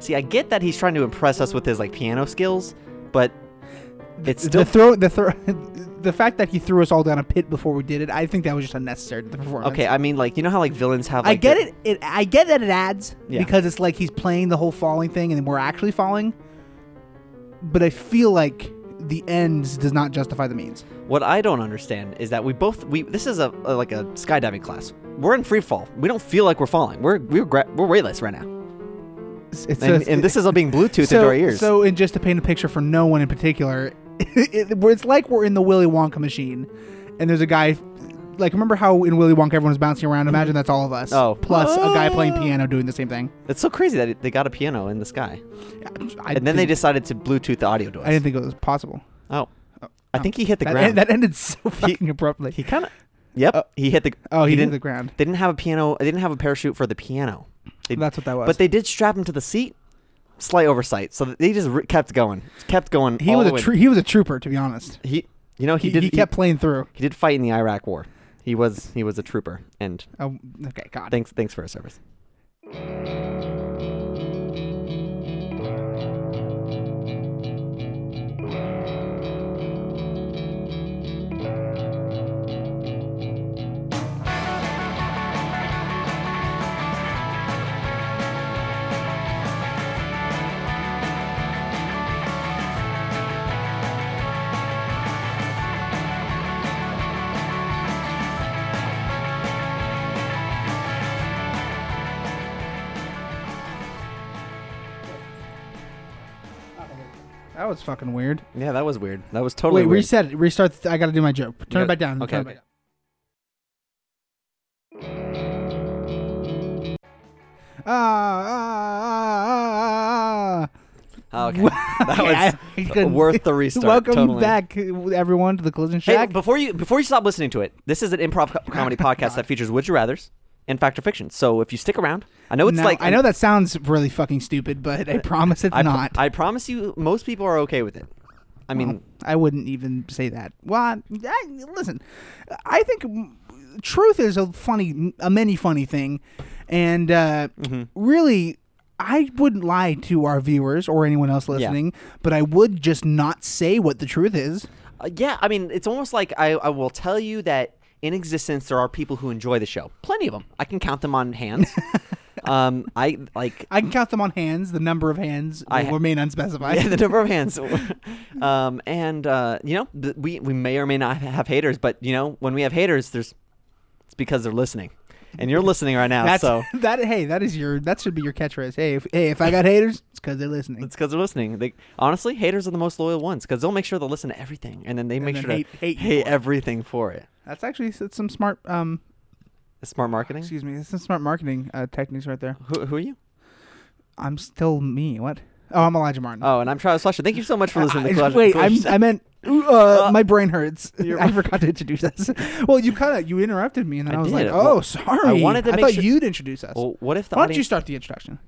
See, I get that he's trying to impress us with his like piano skills, but it's still the throw, the throw, the fact that he threw us all down a pit before we did it, I think that was just unnecessary to the performance. okay. I mean, like you know how like villains have. I Like, get the- it. It I get that it adds Yeah. because it's like he's playing the whole falling thing, and we're actually falling. But I feel like the ends does not justify the means. What I don't understand is that we both we this is a, a- like a skydiving class. We're in free fall. We don't feel like we're falling. We're we're gra- we're weightless right now, It's, it's and, a- and this is all being Bluetooth into our ears. So, and just to paint a picture for no one in particular, it, it's like we're in the Willy Wonka machine, and there's a guy. Like, remember how in Willy Wonka everyone was bouncing around? Imagine that's all of us. Mm-hmm. Oh. plus a guy playing Ah. piano doing the same thing. it's so crazy that it, they got a piano in the sky, I and then they didn't- decided to Bluetooth the audio to us. I didn't think it was possible. oh, I think he hit the That, ground. that ended so fucking abruptly. he kind of. Yep, he hit the. oh, he, hit didn't. the ground. They didn't have a piano. They didn't have a parachute for the piano. They- That's what that was. But they did strap him to the seat. Slight oversight. So they just re- kept going, kept going. he all was the a way- tro- he was a trooper, to be honest. He, you know, he, He, did. he kept playing through. He did fight in the Iraq War. He was he was a trooper, and Oh, okay, God. thanks thanks for his service. That was fucking weird. Yeah, that was weird. That was totally Wait, weird. reset it. Restart. The I got to do my joke. Turn Yeah, it back down. okay, Turn it okay. back down. Ah, ah, ah, Oh, okay, ah. that Okay, was I couldn't- worth the restart. Welcome totally. back, everyone, to the Collision Hey, Shack. before you before you stop listening to it, this is an improv co- comedy Oh podcast that features Would You Rather's and Fact or Fiction. So if you stick around, I know it's Now, like Uh, I know that sounds really fucking stupid, but I promise it's I, pro- not. I, I promise you, most people are okay with it. I mean, wouldn't even say that. Well, I, I- listen, I think mm, truth is a funny, a many funny thing, and uh, Mm-hmm. really. I wouldn't lie to our viewers or anyone else listening, but I would just not say what the truth is. Uh, yeah, I mean, it's almost like I, I will tell you that in existence there are people who enjoy the show. Plenty of them. I can count them on hands. um, I like I can count them on hands. The number of hands I will ha- remain unspecified. yeah, the number of hands. um, and uh, you know, th- we we may or may not have haters, but you know, when we have haters, there's it's because they're listening, and you're listening right now. That's so that. Hey, that is your. That should be your catchphrase. Hey, if, hey, if I got haters, it's because they're listening. it's because they're listening. They honestly, haters are the most loyal ones because they'll make sure they'll listen to everything, and then they make then sure hate- to hate you for it. everything for it. That's actually s- some smart. Um, Smart marketing. excuse me, that's some smart marketing uh, techniques right there. Who, who are you? I'm still me. What? Oh, I'm Elijah Martin. Oh, and I'm Travis Fletcher. Thank you so much for listening. to I- Collage- wait, Collage I'm, Sessions. I meant uh, Uh, my brain hurts. you're- I forgot to introduce us. Well, you kind of you interrupted me, and then I I, was did. like, "Oh, Well, sorry." I wanted to make thought sure- Oh, you'd introduce us. Well, what if the Why don't you audience? start the introduction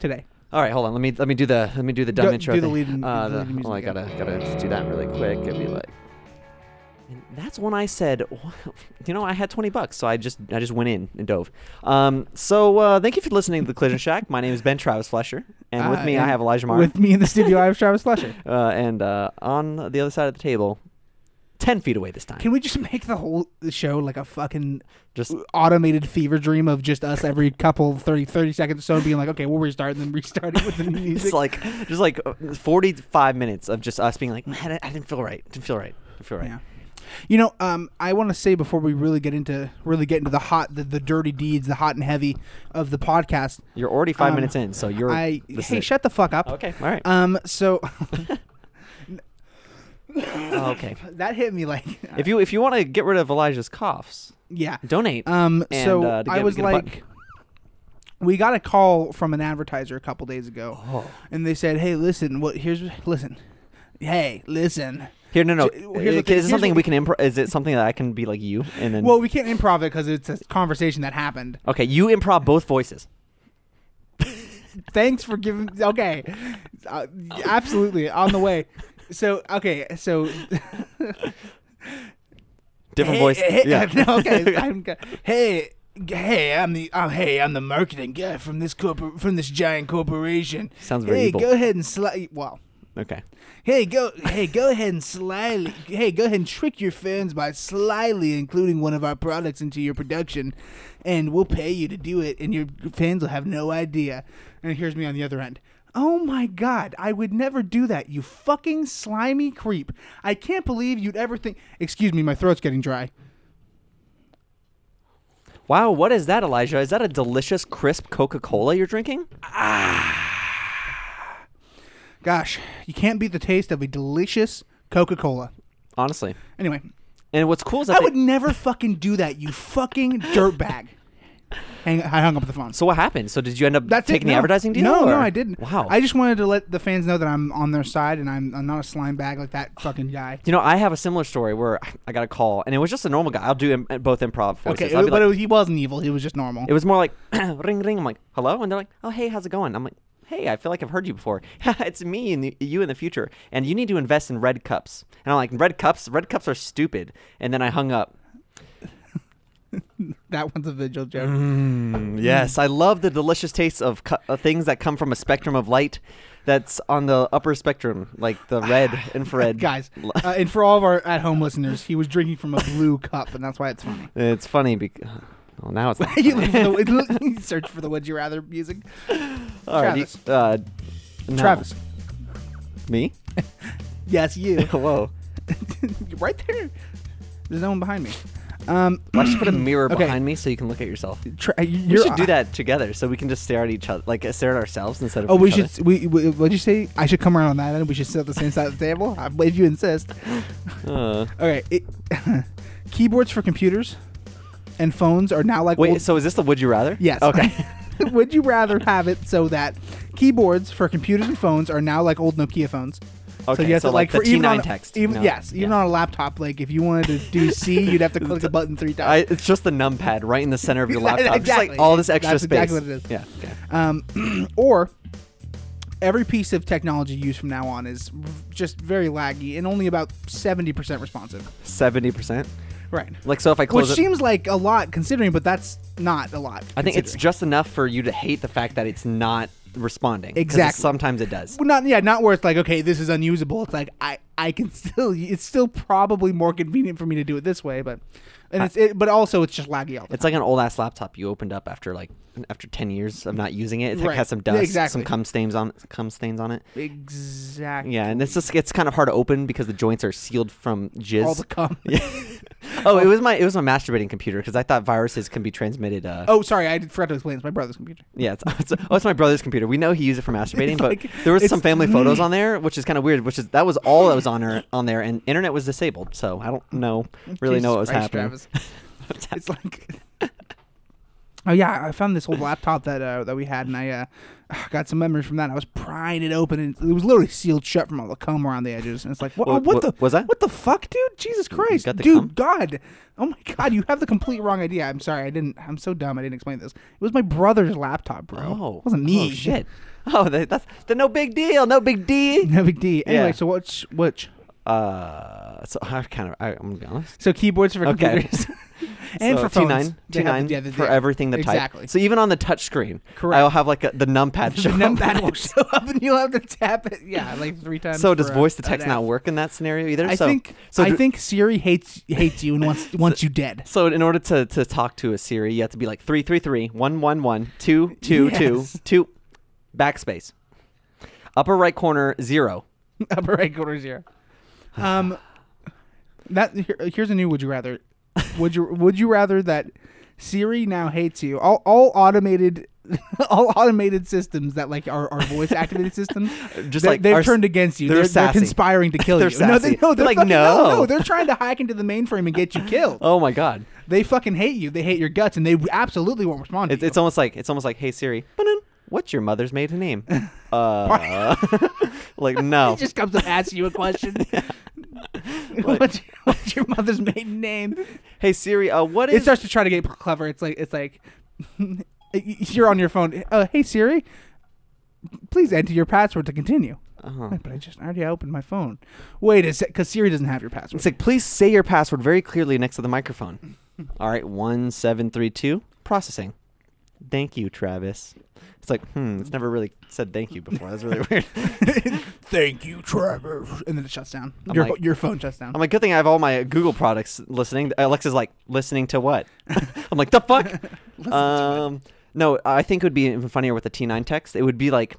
today? All right, hold on. Let me let me do the let me do the dumb Go- intro. do the thing. lead- Uh, do the lead music, well, I yeah. gotta gotta just do that really quick. It'd be like, and that's when I said, you know, I had twenty bucks, so I just I just went in and dove. Um, so uh, thank you for listening to the Collision Shack. My name is Ben Travis Fletcher, and with Uh, me I and have Elijah Martin, With me in the studio, I have Travis Slusher. uh, and uh, on the other side of the table, ten feet away this time. Can we just make the whole show like a fucking uh, just automated fever dream of just us every couple 30, 30 seconds or so being like, okay, we'll restart and then restart it with the new music. It's like just like uh, 45 minutes of just us being like, man, I, I didn't feel right. Didn't feel right. Didn't feel right. Yeah. You know, um, I want to say before we really get into really get into the hot, the, the dirty deeds, the hot and heavy of the podcast. You're already five Um, minutes in, so you're. I this is hey, it. shut the fuck up. Okay. All right. Um, so Oh, okay. that hit me like, If you if you want to get rid of Elijah's coughs, yeah. donate. Um, And, so uh, to I get- was get a button. like, we got a call from an advertiser a couple days ago, Oh. and they said, hey, listen, what? Here's listen, hey, listen. Here, no, no. J- well, Uh, here's the thing- is here's it something what- we can improv? Is it something that I can be like you and then? Well, we can't improv it because it's a conversation that happened. okay, you improv both voices. Thanks for giving. Okay, uh, absolutely on the way. So okay, so Different hey, voice. Hey, yeah. no, okay, I'm, go- hey, Hey, I'm the I'm, hey, I'm the marketing guy from this corpor- from this giant corporation. Sounds very Hey, evil. go ahead and slide. Well, Okay. hey, go hey, go ahead and slyly. Hey, go ahead and trick your fans by slyly including one of our products into your production, and we'll pay you to do it, and your fans will have no idea. And here's me on the other end. Oh my god, I would never do that, you fucking slimy creep. I can't believe you'd ever think. Excuse me, my throat's getting dry. Wow, what is that, Elijah? Is that a delicious, crisp Coca Cola you're drinking? Gosh, you can't beat the taste of a delicious Coca Cola. Honestly. Anyway, And what's cool is that I they- would never fucking do that, you fucking dirtbag. Hang, I hung up the phone. So what happened? So did you end up That's it, taking the no. advertising deal? No, or- no, I didn't. Wow. I just wanted to let the fans know that I'm on their side and I'm, I'm not a slime bag like that fucking guy. you know, I have a similar story where I got a call, and it was just a normal guy. I'll do Im- both improv voices. Okay, I'll be but like- it was, he wasn't evil. He was just normal. It was more like ring ring. I'm like hello, and they're like oh hey how's it going? I'm like hey I feel like I've heard you before. it's me and the, you in the future, and you need to invest in red cups. And I'm like red cups, red cups are stupid. And then I hung up. that one's a vigil joke. Mm-hmm. Mm, yes, I love the delicious taste of cu- uh, things that come from a spectrum of light that's on the upper spectrum, like the red infrared. Guys, uh, and for all of our at home listeners, he was drinking from a blue cup, and that's why it's funny. it's funny because well now it's not you, funny. look for the, you search for the Would You Rather music. All right, you- Travis. uh, no. Travis. Me? Yes, you. Whoa. right there. There's no one behind me. Um, Why don't you put a mirror Okay. behind me so you can look at yourself? try, We should do that together so we can just stare at each other, like stare at ourselves instead of. Oh, we each other. should. We, we what'd you say? I should come around on that end. We should sit at the same side of the table. I- If you insist. Uh, Okay. It, keyboards for computers and phones are now like. wait, old- so is this the would you rather? yes. Okay. Would you rather have it so that keyboards for computers and phones are now like old Nokia phones? Okay, so you have so to like like, the for even T9 on, text. Even, No, yes, even yeah. on a laptop, like if you wanted to do C, you'd have to click a button three times. I, it's just the numpad right in the center of your Yeah, laptop. Just exactly. like all this extra That's space. exactly what it is. Yeah. Okay. um, or every piece of technology used from now on is v- just very laggy and only about 70% responsive. Seventy percent. Right. Like so, if I Which close it, seems like a lot considering, but that's not a lot. I think it's considering. just enough for you to hate the fact that it's not responding. 'cause it- Exactly. Sometimes it does. Well, not yeah, not where it's like okay, this is unusable. It's like I I can still it's still probably more convenient for me to do it this way, but and it's it, but also it's just laggy all the It's like an old ass laptop you opened up after like after ten years of not using it. It Right. has some Yeah, dust, exactly. some cum stains on cum stains on it. time. Exactly. Yeah, and it's just it's kind of hard to open because the joints are sealed from jizz. all the cum. oh, it was my it was my masturbating computer because I thought viruses can be transmitted. Uh, Oh, sorry, I forgot to explain. It's my brother's computer. yeah, it's, it's, oh, it's my brother's computer. We know he used it for masturbating, but like- there was some it's- family photos on there, which is kind of weird. Which is that was all that was on there on there, and internet was disabled, so I don't know really know what was Jesus Christ, happening. Travis. it's like oh yeah i found this old laptop that uh, that we had and i uh, got some memories from that i was prying it open and it was literally sealed shut from all the cum around the edges and it's like what, Wha- oh, what wha- the was that? what the fuck dude jesus christ got the dude cum? god oh my god you have the complete wrong idea i'm sorry i didn't i'm so dumb i didn't explain this it was my brother's laptop bro Oh, it wasn't me Oh, shit. Oh, that, that's the no big deal, no big deal. no big d anyway Yeah. so what's which Uh, so I kind of I, I'm gonna be honest. so keyboards for Okay. computers and So for phones T9, They have T9 the- yeah, they- for they- everything to type. exactly So even on the touch screen, Correct. I'll have like a, the numpad the show. up. numpad will show up and you'll have to tap it. Yeah, like three times. So does for a- voice to an text app. not work in that scenario either? I so, think so I do- think Siri hates hates you and wants wants you dead. so in order to, to talk to a Siri, you have to be like three three three one one one two two two Yes. two backspace. Upper right corner zero. Upper right corner zero. Um, that here, here's a new. Would you rather? Would you Would you rather that Siri now hates you? All all automated. All automated systems that like are, are voice activated systems, Just they- like they've our s- turned against you. they're They're, sassy. conspiring to kill They're you. No, they, sassy. no, they're They're like, fucking- no, "No." no, they're trying to hack into the mainframe and get you killed. Oh my god! They fucking hate you. They hate your guts, and they absolutely won't respond. To It's, you. it's almost like it's almost like hey Siri, ba-dun, what's your mother's maiden name? Uh, like no. it just comes to ask you a question. what's, your, what's your mother's maiden name? Hey Siri, uh, what It is? starts to try to get clever. It's like it's like you're on your phone. Uh, hey Siri, please enter your password to continue. Uh-huh. Wait, but I just I already opened my phone. Wait a sec, because Siri doesn't have your password. It's like please say your password very clearly next to the microphone. All right, one seven three two processing. Thank you, Travis. It's like, hmm, it's never really said thank you before. That's really weird. Thank you, Trevor. And then it shuts down. I'm Your, like- your phone shuts down. I'm like, good thing I have all my Google products listening. Alexa's like, listening to what? I'm like, the fuck. um, no, I think it would be even funnier with the T9 text. It would be like,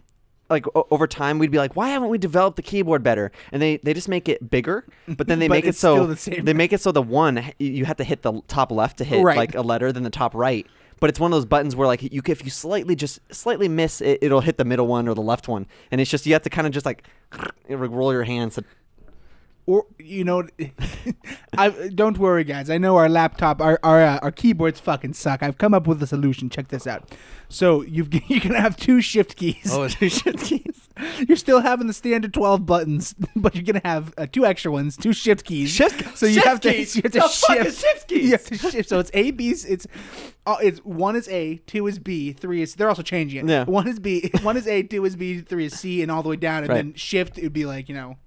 like o- over time, we'd be like, why haven't we developed the keyboard better? And they they just make it bigger, but then they But make it it's still so the same. they make it so the one h- you have to hit the top left to hit Right. like a letter, then the top right. But it's one of those buttons where like you if you slightly just slightly miss it, it'll hit the middle one or the left one, and it's just you have to kind of just like roll your hands. To, or you know, I don't worry, guys. I know our laptop, our our uh, our keyboards fucking suck. I've come up with a solution. Check this out. So you've you're gonna have two shift keys. Oh, You're still having the standard twelve buttons, but you're gonna have uh, two extra ones, two shift keys. Shift- So you shift have to keys? you have to The fuck shift is shift keys? You have to shift. So it's A B. It's uh, it's one is A, two is B, three is. They're also changing it. Yeah. One is B, one is A, two is B, three is C, and all the way down. And Right. then shift it would be like you know,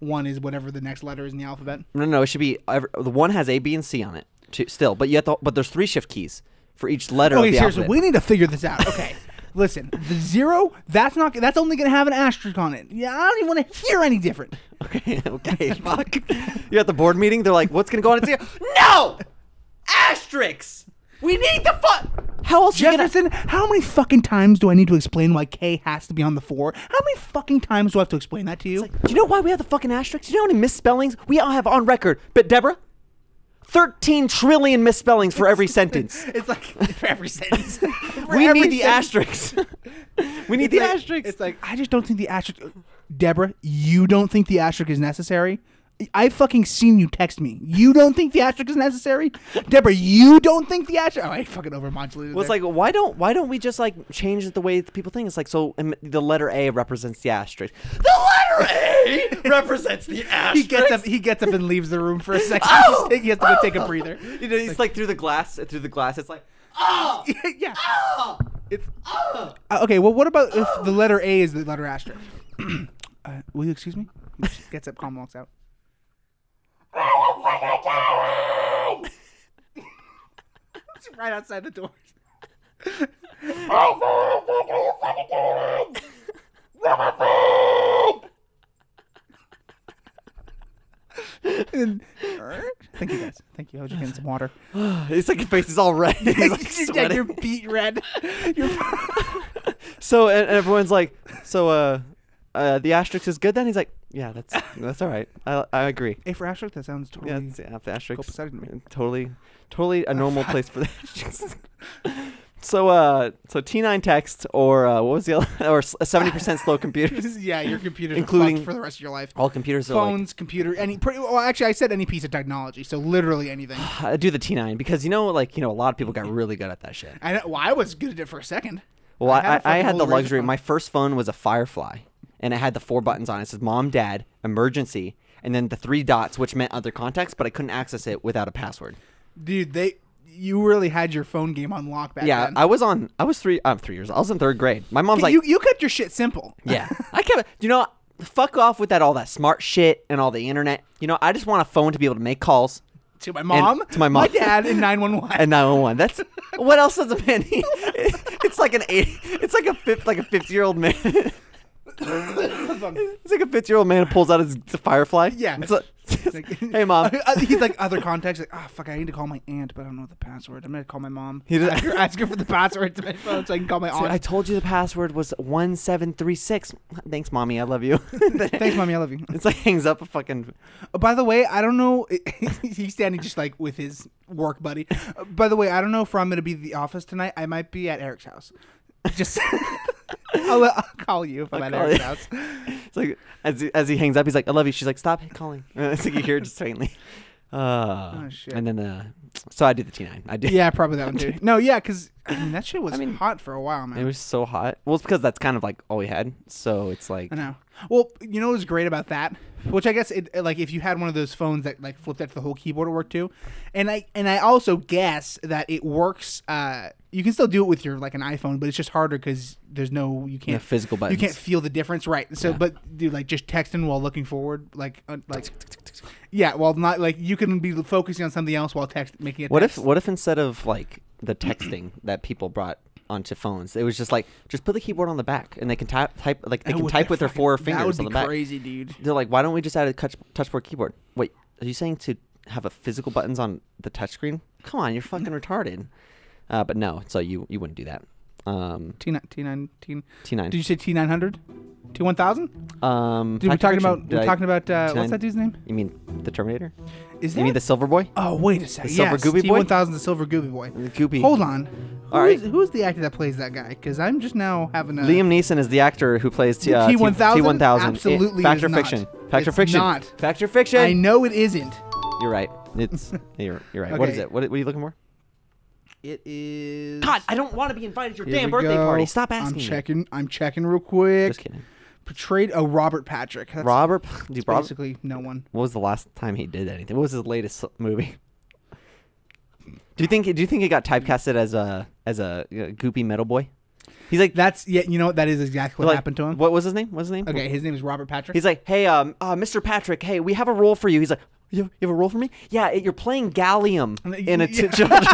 one is whatever the next letter is in the alphabet. No, no, it should be every, the one has A, B, and C on it too, still, but you have to, but there's three shift keys for each letter Okay, of the seriously, alphabet. we need to figure this out. Okay, listen, the zero. That's not. That's only gonna have an asterisk on it. Yeah, I don't even want to hear any different. okay, okay, fuck. You're at the board meeting. They're like, "What's gonna go on?" It's here. No, asterisks. We need the fuck. How else you gonna? Jefferson, how many fucking times do I need to explain why K has to be on the four? How many fucking times do I have to explain that to you? Do you know why we have the fucking asterisks? Do you know how many misspellings we all have on record? But Deborah, thirteen trillion misspellings for every sentence. It's like for every sentence. For We every need the sentence. asterisks. we need It's the like- asterisks. It's like I just don't think the asterisk. Deborah, you don't think the asterisk is necessary. I've fucking seen you text me. You don't think the asterisk is necessary, Deborah. You don't think the asterisk. Oh, I fucking overmodulated. Well, it's like why don't why don't we just like change the way that people think? It's like so um, the letter A represents the asterisk. The letter A represents the asterisk. he gets up. He gets up and leaves the room for a second. Oh! he has to go take a breather. You know, he's like, through the glass. Through the glass, it's like yeah. It's, Uh, okay, well, what about if the letter A is the letter asterisk? uh, will you excuse me? She Gets up, calm walks out. It's right outside the door. And- Thank you guys. Thank you. I was just getting some water. it's like your face is all red. He's like You're- yeah, sweating. You're beat red. You're So and, and everyone's like, so uh, uh, the asterisk is good. Then he's like, yeah, that's that's all right. I I agree. A for asterisk. That sounds totally. Yeah, it's, yeah the asterisk. Mm, copacetic to me. Totally, totally a normal place for the asterisk. So uh, so T9 text or uh, what was the other, or seventy percent slow computers. yeah, your computer's Including including for the rest of your life. All computers are like, Phones, computer, any. Pretty, well, actually, I said any piece of technology, so literally anything. I do the T9 because you know, like you know, a lot of people got really good at that shit. I know, well, I was good at it for a second. Well, I, I, a I fucking had the old razor luxury. phone. My first phone was a Firefly, and it had the four buttons on it. It says mom, dad, emergency, and then the three dots, which meant other contacts, but I couldn't access it without a password. dude, they you really had your phone game on lock back Yeah, then. I was on. I was three. I'm three years. old. I was in third grade. My mom's like, you you kept your shit simple. yeah, I kept. You know, fuck off with that all that smart shit and all the internet. You know, I just want a phone to be able to make calls. To my mom, to my mom. my dad, and nine one one. and 911. That's what else does a man need? It's like an eight. It's like a fifth, like a 50 year old man. It's like a 50 year old man who pulls out his firefly. Yeah. It's like, hey mom. He's like other contacts. Like, ah, fuck, I need to call my aunt, but I don't know the password. I'm gonna call my mom. He just- ask, her, ask her for the password to my phone so I can call my aunt. I told you the password was 1736. Thanks, mommy. I love you. Thanks, mommy. I love you. It's like hangs up a fucking. Uh, By the way, I don't know. he's standing just like with his work buddy. Uh, By the way, I don't know if I'm going to be at the office tonight. I might be at Eric's house. Just, I'll, I'll call you if I'm at call Eric's you. house. It's like as he, as he hangs up, he's like, "I love you." She's like, "Stop calling." It's like you hear it just faintly. Uh, Oh, shit. And then uh, so I did the T nine. I did. Yeah, probably that one too. No, yeah, because I mean that shit was mean, hot for a while, man. It was so hot. Well, it's because that's kind of like all we had. So it's like I know. Well, you know what's great about that, which I guess it like if you had one of those phones that like flipped out to the whole keyboard, it worked too. And I and I also guess that it works. Uh, you can still do it with your like an iPhone, but it's just harder because there's no you can't physical You can't buttons. feel the difference, right? So, but dude, like just texting while looking forward, like uh, like yeah, while not like you can be focusing on something else while text making it. What if what if instead of like the texting that people brought onto phones, it was just like just put the keyboard on the back and they can type type like they can type with their four fingers That would be on the back. crazy, dude. They're like, why don't we just add a touch touchboard keyboard? Wait, are you saying to have a physical buttons on the touchscreen? Come on, you're fucking retarded. Uh, but no, so you you wouldn't do that. Um, T nine T nine T. T9. Did you say T nine hundred? T one thousand? um, Dude, we're Fact talking Fiction, about did we're I- talking about uh, T9 what's that dude's name? You mean the Terminator? Is that You mean the Silver Boy? Oh wait a second. The Silver yes, Goobie T Boy? one thousand, the Silver Goobie Boy. The Goopy. Hold on. All Who is- right. who is the actor that plays that guy? Because I'm just now having a Liam Neeson is the actor who plays T Uh, The uh, T1000? T1000. Absolutely Fact is or not. fiction? Fact or It's fiction? not. Fact or fiction? I know it isn't. You're right. It's you're you're right. What is Okay. it? What, what are you looking for? It is. God, I don't want to be invited to your Here damn we birthday go. party. Stop asking. I'm me. checking. I'm checking real quick. Just kidding. Portrayed. Oh, Robert Patrick. That's Robert, dude, Robert. Basically, no one. What was the last time he did anything? What was his latest movie? Do you think? Do you think he got typecasted as a as a uh, goopy metal boy? He's like That's yeah. You know what? That is exactly what like, happened to him. What was his name? What's his name? Okay, his name is Robert Patrick. He's like, hey, um, uh, Mr. Patrick, hey, we have a role for you. He's like, you, you have a role for me? Yeah, it, you're playing Gallium in a t- children's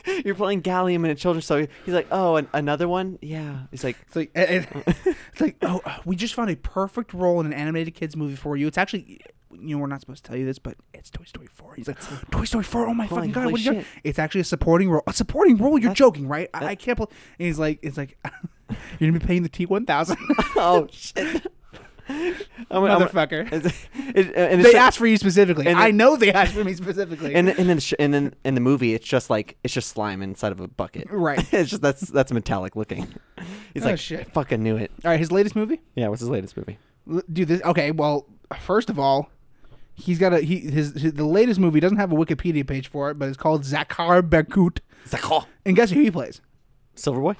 show. you're playing Gallium in a children's show. He's like, oh, an- another one? Yeah. He's like, It's like, eh, eh, it's like, oh, uh, we just found a perfect role in an animated kids movie for you. It's actually, you know, we're not supposed to tell you this, but it's Toy Story Four. He's like, Toy Story Four. Oh my fucking god! holy What are you doing? shit. It's actually a supporting role. A supporting role? You're joking, right? I, I can't believe. And he's like, it's like, you're gonna be paying the T one thousand, oh, shit. I'm, I'm- motherfucker. it's- it- and it's they ju- asked for you specifically. and I it- know they asked for me specifically. and and then sh- and then in the movie it's just like it's just slime inside of a bucket. Right. it's just that's that's metallic looking. He's Oh, like shit. I fucking knew it. All right, his latest movie. Yeah, what's his latest movie? L- Do this. Okay, well, first of all. He's got a he his, his the latest movie doesn't have a Wikipedia page for it, but it's called Zakhar Bakut. "Oh, And guess who he plays? Silverboy?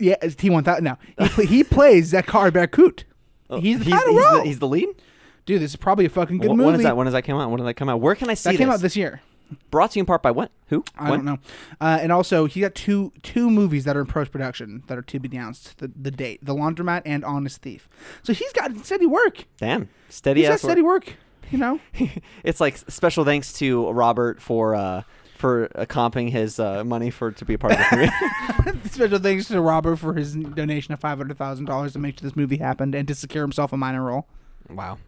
Yeah, it's T one thousand. No, he, pl- he plays Zakhar Bakut. he's the title Oh, he's role. the, he's the lead? Dude, this is probably a fucking good Wh- movie. When is that? When does that come out? When did that come out? Where can I see That came this? out this year. Brought to you in part by what? Who? I When? don't know. Uh, and also, he got two two movies that are in post production that are to be announced. The, the date, The Laundromat, and Honest Thief. So he's got steady work. Damn, steady He's got ass. steady work. You know, work. it's like special thanks to Robert for uh, for uh, comping his uh, money for to be a part of the movie. special thanks to Robert for his donation of five hundred thousand dollars to make sure this movie happened and to secure himself a minor role wow.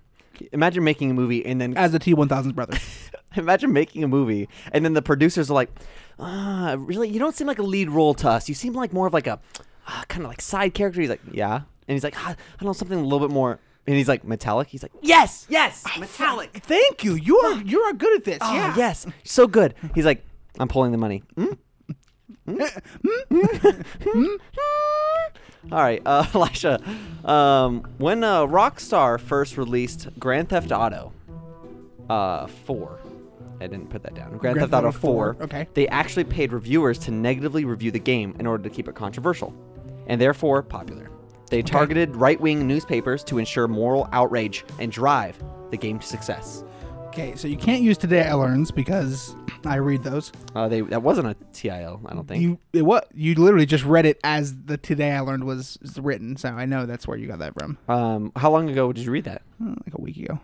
Imagine making a movie and then as a T one thousand's brother. imagine making a movie and then the producers are like, ah, really? You don't seem like a lead role to us. You seem like more of like a uh, kind of like side character. He's like, yeah, and he's like, ah, I don't know something a little bit more. And he's like metallic. He's like, yes, yes, metallic. Thank you. You are you are good at this. Oh, yeah. yes. So good. He's like, I'm pulling the money. Mm? All right, uh, Elisha. Um, when uh, Rockstar first released Grand Theft Auto uh, 4, I didn't put that down. Grand, Theft Auto 4, okay. they actually paid reviewers to negatively review the game in order to keep it controversial and therefore popular. They targeted right wing newspapers to ensure moral outrage and drive the game to success. Okay, so you can't use today I learns because I read those. Uh, they that wasn't a TIL, I don't think. You it, what? You literally just read it as the today I learned was is written, so I know that's where you got that from. um, how long ago did you read that? Uh, Like a week ago,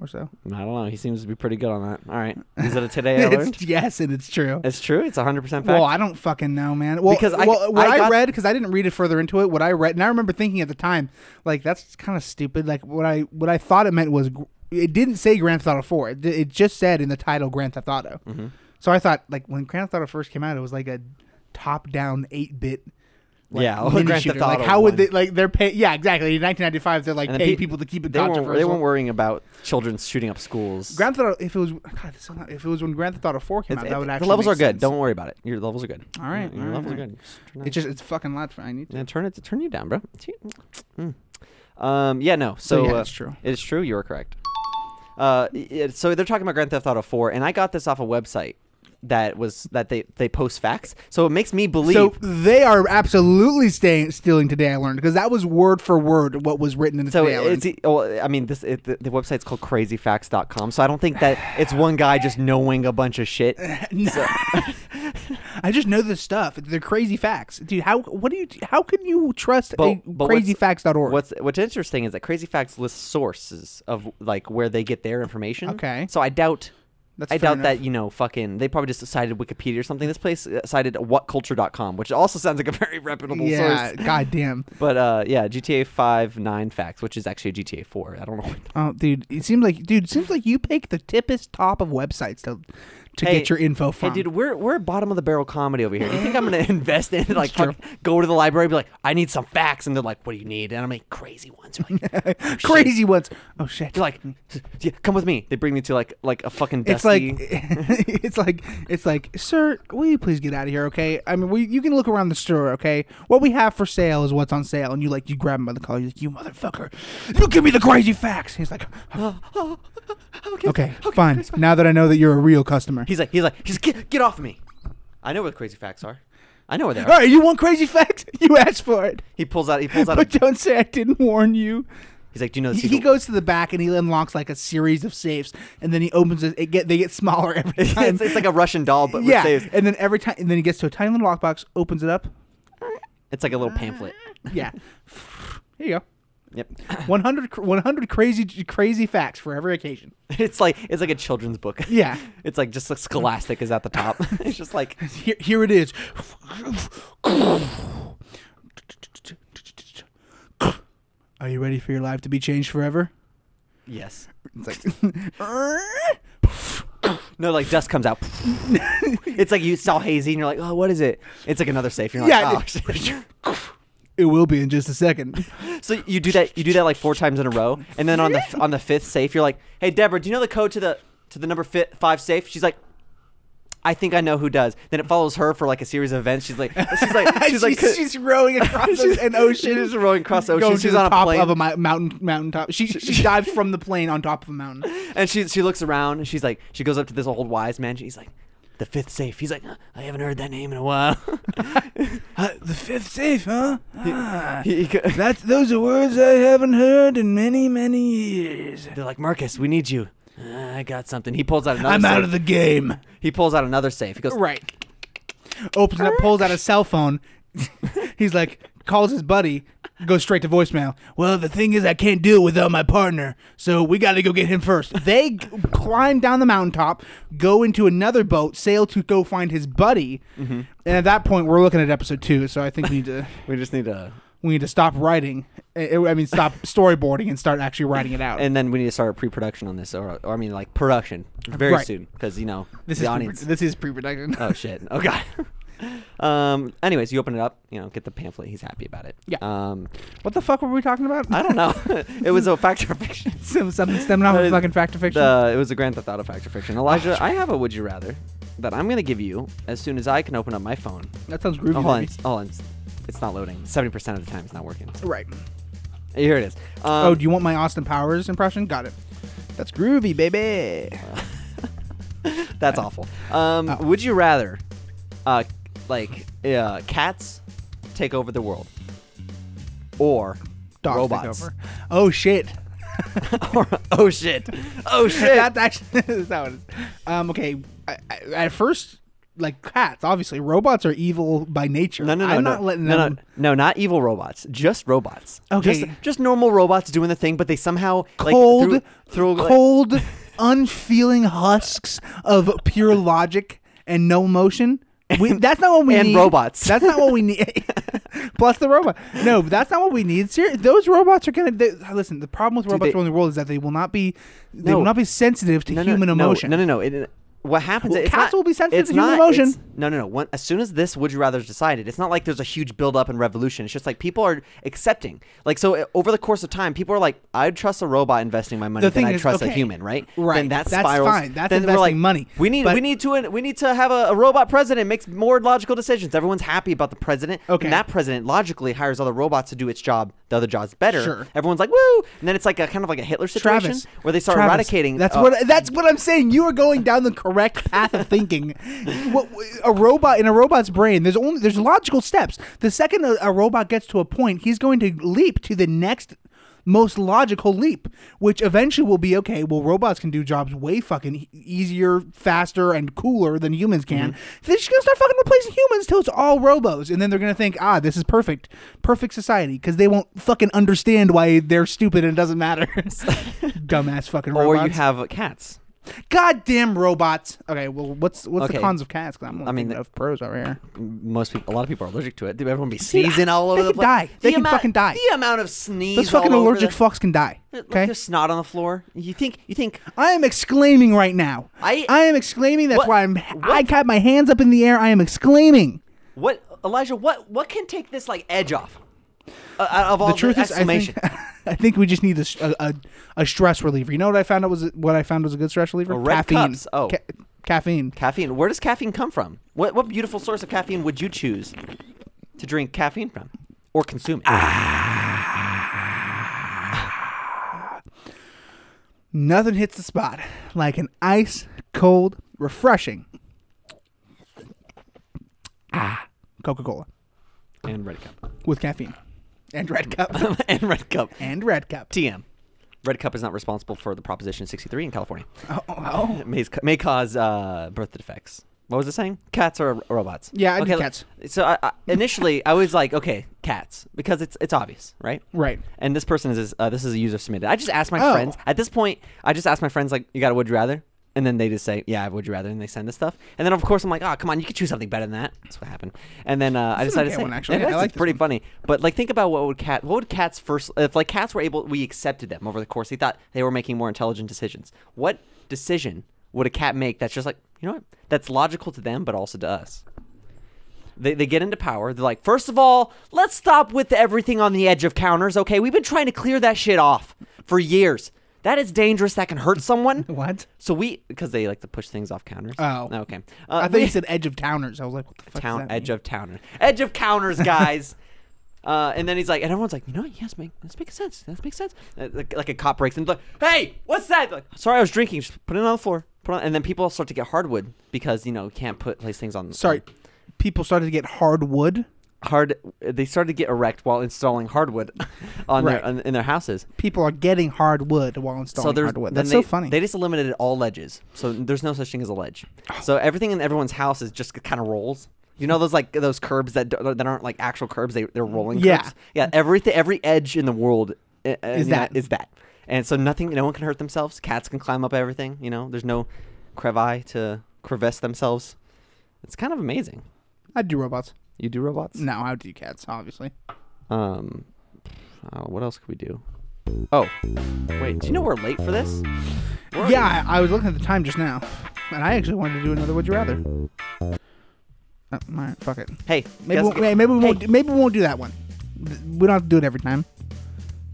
or so. I don't know. He seems to be pretty good on that. All right, is it a today I It's- learned? yes, and it's true. It's true. It's 100 percent fact. Well, I don't fucking know, man. Well, Because I- well, what I I, got- read because I didn't read it further into it. What I read, and I remember thinking at the time, like that's kind of stupid. Like what I what I thought it meant was gr- it didn't say Grand Theft Auto Four. It, it just said in the title Grand Theft Auto. Mm-hmm. So I thought like when Grand Theft Auto first came out, it was like a top down eight bit. Yeah, mini Grand shooter. Theft Like Auto how would one. they like they're pay? Yeah, exactly. In 1995, they're like And the paying pe- people to keep it they weren't, controversial. they weren't worrying about children shooting up schools. Grand Theft Auto. If it was God, this is not- if it was when Grand Theft Auto Four came It's- out, it- that would the actually levels make are good. sense. Don't worry about it. Your levels are good. All right, your all right, levels all are right. good. Turn It's just it's fucking loud. For, I need. down- yeah, turn it. Turn you down, bro. Mm. Um, yeah, no. So, So, yeah, uh, it's true. It's true. You are correct. Uh, it- so they're talking about Grand Theft Auto 4, and I got this off a website that was that they they post facts. So it makes me believe. So they are absolutely staying stealing today. I learned because that was word for word what was written in the So today. I Learned. it's e well, I mean this it, the, the website's called crazyfacts.com. So I don't think that it's one guy just knowing a bunch of shit. I just know this stuff. They're crazy facts, dude. How what do you? How can you trust But- a but what's- crazyfacts.org? What's what's interesting is that Crazy Facts lists sources of like where they get their information. Okay. So I doubt That's I fair doubt that you know fucking they probably just cited Wikipedia or something. This place uh, cited whatculture.com, which also sounds like a very reputable Yeah, source. goddamn. But uh, yeah, GTA 5 9 facts, which is actually GTA 4. I don't know. What Oh, dude, it seems like dude, it seems like you pick the tippest top of websites to to Hey- get your info Hey, from. dude, we're we're bottom of the barrel comedy over here. Do you think I'm gonna invest in like true. fuck- go to the library, and be like, I need some facts, and they're like, What do you need? And I'm like, crazy ones. They're like, "Oh, shit." crazy ones. Oh shit. They're like, yeah, come with me. They bring me to like like a fucking. It's dusty- like it's like it's like, sir, will you please get out of here, okay? I mean, we, you can look around the store, okay? What we have for sale is what's on sale, and you like you grab him by the collar, you're like, you motherfucker, you give me the crazy facts. He's like, okay, okay, fine. Now that I know that you're a real customer, He's like, he's like, he's get, get off me. I know where the crazy facts are. I know where they all are. right, you want crazy facts? You asked for it, He pulls out. He pulls out. A, but don't say I didn't warn you. he's like, do you know the He, secret? he goes to the back and he unlocks like a series of safes, and then he opens it. it get they get smaller every time. it's, it's like a Russian doll, but with yeah, saves. and then every time, and then he gets to a tiny little lockbox, opens it up. It's like a little pamphlet. Yeah, here you go. Yep. 100, cr- 100 crazy crazy facts for every occasion. It's like it's like a children's book. Yeah. It's like just like Scholastic is at the top. it's just like Here, here it is. Are you ready for your life to be changed forever? yes. It's like No, like dust comes out. it's like you saw hazy and you're like, oh, what is it? It's like another safe. You're like, Yeah, oh. shit." it will be in just a second. so you do that. You do that like four times in a row, and then on the on the fifth safe, you're like, hey, Deborah, do you know the code to the to the number fi- five safe? She's like. I think I know who does. Then it follows her for like a series of events. She's like, she's like, she's like, she's, she's rowing across oh, an ocean. she's rowing across the ocean. Going to She's the on a top plane. of a mi- mountain, mountain top. She, she dives from the plane on top of a mountain. and she she looks around and she's like she goes up to this old wise man she's like the fifth safe he's like "Huh, i haven't heard that name in a while Uh, the fifth safe, huh? He- he go- That's those are words I haven't heard in many, many years. they're like marcus we need you "Uh, i got something he pulls out another I'm safe. out of the game. he pulls out another safe he goes Right. Opens it up, pulls out a cell phone. He's like, calls his buddy, goes straight to voicemail. Well, the thing is, I can't do it without my partner, so we got to go get him first. They g- climb down the mountaintop, go into another boat, sail to go find his buddy. And at that point, we're looking at episode two, so I think we need to we just need to we need to stop writing. I I mean, stop storyboarding and start actually writing it out. and then we need to start a pre-production on this or, or i mean like production very Right. soon because you know this the is audience Pre- this is pre-production. oh shit oh god um anyways you open it up you know get the pamphlet he's happy about it Yeah. um What the fuck were we talking about? i don't know it was a factor fiction Some, something stemming off of Uh, fucking fact or fiction. The, it was a Grand Theft Auto fact or fiction. Elijah, I have a would you rather that I'm gonna give you as soon as I can open up my phone. that sounds Oh, groovy. hold on, baby. hold on, it's- it's not loading. Seventy percent of the time, it's not working. Right. Here it is. Um, oh, do you want my Austin Powers impression? Got it. That's groovy, baby. Uh, that's awful. Um, Oh. Would you rather, uh, like, uh, cats take over the world, or Dogs robots? Take over. Oh shit. Or- oh shit! Oh shit! That's actually that's not what it is. Um, okay. I, I, at first, like cats, obviously, robots are evil by nature. No, no, no, I'm no, not letting no, them. No, no, not evil robots. Just robots. Just, Okay. just normal robots doing the thing, but they somehow like, Cold, through, through like- cold, unfeeling husks of pure logic and no emotion. We, that's not what we and need. robots. That's not what we need. Plus the robot. No, but that's not what we need. Ser- those robots are gonna. They, listen, the problem with robots they- around the world is that they will not be. They No. will not be sensitive to no, no, human no, emotion. No, no, no. It- it- what happens? Well, it's cats not- will be sensitive it's to human not- emotion. it's- No, no, no. When, as soon as this would you rather is decided, it's not like there's a huge build up and revolution. It's just like people are accepting. Like so, uh, over the course of time, people are like, I'd trust a robot investing my money The than thing I is- trust a okay. human, right? Right. Then that That's spirals. fine. That's then we're investing like, money. We need But- we need to uh, we need to have a, a robot president makes more logical decisions. Everyone's happy about the president. Okay. And that president logically hires other robots to do its job. The other job's better. Sure. Everyone's like, woo! And then it's like a kind of like a Hitler situation Travis, where they start Travis, eradicating. That's uh, what. That's what I'm saying. You are going down the correct path of thinking. What a robot in a robot's brain, there's only there's logical steps. The second a, a robot gets to a point, he's going to leap to the next most logical leap, which eventually will be okay. Well, robots can do jobs way fucking e- easier, faster, and cooler than humans can. Mm-hmm. They're just gonna start fucking replacing humans till it's all robos, and then they're gonna think, ah, this is perfect, perfect society, because they won't fucking understand why they're stupid and it doesn't matter. Dumbass fucking or robots. you have uh, cats. goddamn robots. Okay, well, what's what's the Okay. cons of cats? 'Cause I'm I I mean, mean, the- of pros over here. Most people, a lot of people are allergic to it. Dude, Everyone be See, sneezing I- all over they the could place. die. They the could fucking die. The amount of sneeze. Those fucking all over allergic the- fucks can die. Look, Okay. There's snot on the floor. You think? You think? I am exclaiming right now. I- am exclaiming. That's What- why I'm. I what- got my hands up in the air. I am exclaiming. What, Elijah? What? What can take this like edge off? Uh, out of all The truth is, I exclamation. think, I think we just need a, s- a- a- a stress reliever. You know what I found out was what I found was a good stress reliever? Oh, Red caffeine. Cups. Oh. Ca- caffeine. caffeine. Where does caffeine come from? What what beautiful source of caffeine would you choose to drink caffeine from or consume? It? Ah. Nothing hits the spot like an ice cold, refreshing. Ah, Coca Cola And red cup. with caffeine and red cup and red cup. and red cup. TM. Red cup is not responsible for the Proposition 63 in California. Oh, oh, oh. It may, may cause uh, birth defects. What was it saying? Cats or robots? Yeah, I do okay, l- cats. So I, I, initially, I was like, okay, cats, because it's it's obvious, right? Right. And this person is uh, this is a user submitted. I just asked my Oh. friends. At this point, I just asked my friends like, "You got a would you rather?" And then they just say, "Yeah, I would you rather?" And they send this stuff. And then of course I'm like, "Oh, come on, you could choose something better than that." That's what happened. And then uh, I This is an decided okay to say, one, actually. and Yeah, I that's like this pretty one. funny. But like, think about what would cat what would cats first if like cats were able we accepted them over the course. They thought they were making more intelligent decisions. What decision would a cat make that's just like you know what that's logical to them but also to us? They, they get into power. They're like, first of all, let's stop with the everything on the edge of counters, okay? We've been trying to clear that shit off for years. That is dangerous. That can hurt someone. What? So we, because they like to push things off counters. Oh. Okay. Uh, I thought we- you said edge of towners. I was like, what the fuck? does town, that edge mean? of towner. Edge of counters, guys. Uh, and then he's like, and everyone's like, you know what? Yes, make, this makes sense. This makes sense. Uh, like, like a cop breaks in, like, hey, what's that? They're Like, Sorry, I was drinking. Just put it on the floor. Put it on, and then people start to get hardwood because you know you can't put place things on. Sorry, people started to get hardwood. hard they started to get erect while installing hardwood on Right. their on, in their houses. People are getting hardwood while installing So there's hardwood. then That's they, so funny. They just eliminated all ledges. So there's no such thing as a ledge. Oh. So everything in everyone's house is just kind of rolls. You know those like those curbs that d- that aren't like actual curbs. They they're rolling. Yeah. curbs? yeah. Everything every edge in the world uh, is that. is that. And so nothing, no one can hurt themselves. Cats can climb up everything. You know, there's no crevasse to crevasse themselves. It's kind of amazing. I'd do robots. You do robots? No, I would do cats, obviously. Um, uh, what else could we do? Oh, wait. Do you know we're late for this? We're already- Yeah, I, I was looking at the time just now, and I actually wanted to do another Would You Rather. Oh, all right, fuck it. Hey, Maybe guess we'll, aga- maybe we Hey, won't. Maybe we won't do that one. Th- We don't have to do it every time.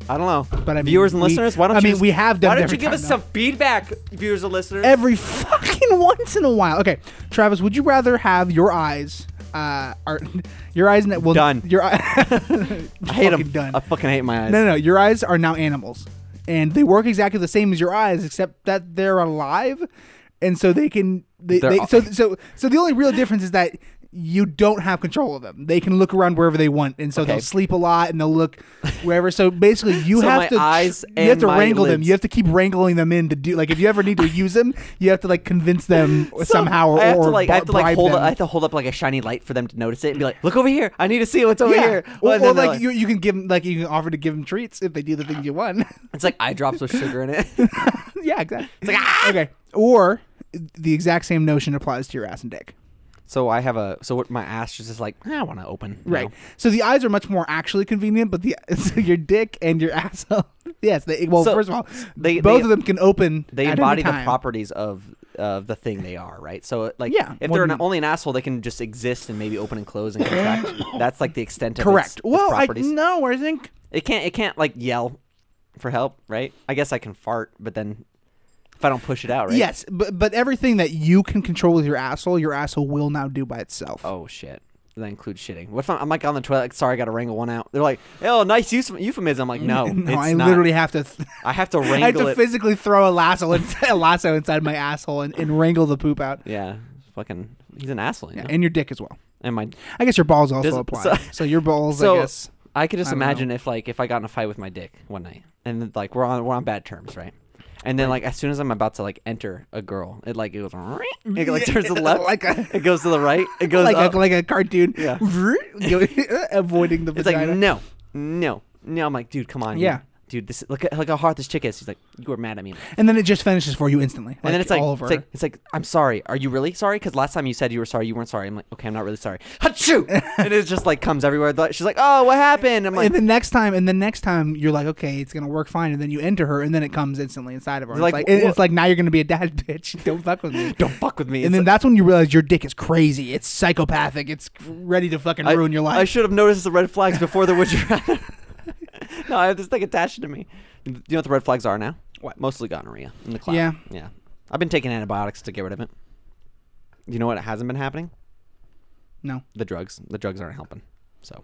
I don't know. But I mean, viewers and we- listeners, why don't I you mean, just- we have done Why it don't every you give time, us though. some feedback, viewers and listeners? Every fucking once in a while. Okay, Travis, would you rather have your eyes? Uh, are your eyes? Ne- well, Done. Your eye- I hate 'em. fucking Done. I fucking hate my eyes. No, no, no. Your eyes are now animals, and they work exactly the same as your eyes, except that they're alive, and so they can. They, They're they al- so so so the only real difference is that you don't have control of them. They can look around wherever they want, and so Okay. they'll sleep a lot and they'll look wherever. So basically, you So have my to tr- eyes you have and to my wrangle them. lids. You have to keep wrangling them in to do like if you ever need to use them, you have to like convince them So, somehow or I have or to like, I have bri- to like bribe hold, them. I have to hold up like a shiny light for them to notice it and be like, "Look over here! I need to see what's over yeah, here." or, and or, then they're like, you, you can give them like you can offer to give them treats if they do the things you want. it's like eye drops with sugar in it. yeah, exactly. "Ah!" Okay. Or the exact same notion applies to your ass and dick. so I have a, so what? My ass is just like, "Ah, I want to open. No. Right. So the eyes are much more actually convenient, but the so your dick and your asshole. Yes. They, well, So, first of all, they- both they- of them can open. they at any embody the time. properties of of the thing they are, right? So like, Yeah, if one- they're an, only an asshole, they can just exist and maybe open and close and contract. That's like the extent of Its, Correct. its Well, I properties. no, I think it can't it can't like yell for help, right? I guess I can fart, but then if I don't push it out, right? yes, but but everything that you can control with your asshole, your asshole will now do by itself. Oh shit. that includes shitting. What if I'm, I'm like on the toilet? Like, Sorry, I got to wrangle one out. They're like, "Oh, nice euph- euphemism." I'm like, "No, no, it's I not. literally have to. Th- I have to I have wrangle to it. physically throw a lasso inside, a lasso inside my asshole and, and wrangle the poop out, yeah, fucking, he's an asshole. You know? and your dick as well. and my I guess your balls also Does- apply. so- So, your balls, so I guess. I could just I don't imagine if like if I got in a fight with my dick one night and then, like we're on we're on bad terms, right? And then like as soon as I'm about to like enter a girl, it like it goes it like turns to the left, Like a- it goes to the right, it goes like up. a, like a cartoon, Yeah. avoiding the it's vagina. like no, no, no. I'm like, dude, come on, Yeah. dude, this look at look how hard this chick is. She's like, you were mad at me, and and then it just finishes for you instantly. Like, then it's like, all over. it's like it's like I'm sorry. Are you really sorry? Because last time you said you were sorry, you weren't sorry. I'm like, okay, I'm not really sorry. Hachoo! and it just like comes everywhere. She's like, oh, what happened? I'm like, and the next time, and the next time, you're like, okay, it's gonna work fine. And then you enter her, and then it comes instantly inside of her. It's Like, like, wha- and it's like now you're gonna be a dad, bitch. Don't fuck with me. don't fuck with me. And It's then that's when you realize your dick is crazy. It's psychopathic. It's ready to fucking I- ruin your I life. should have noticed the red flags before the would you rather. no, I have this thing attached to me. Do you know what the red flags are now? What? Mostly gonorrhea in the cloud. Yeah. Yeah. I've been taking antibiotics to get rid of it. You know what hasn't been happening? no. The drugs. The drugs aren't helping. So,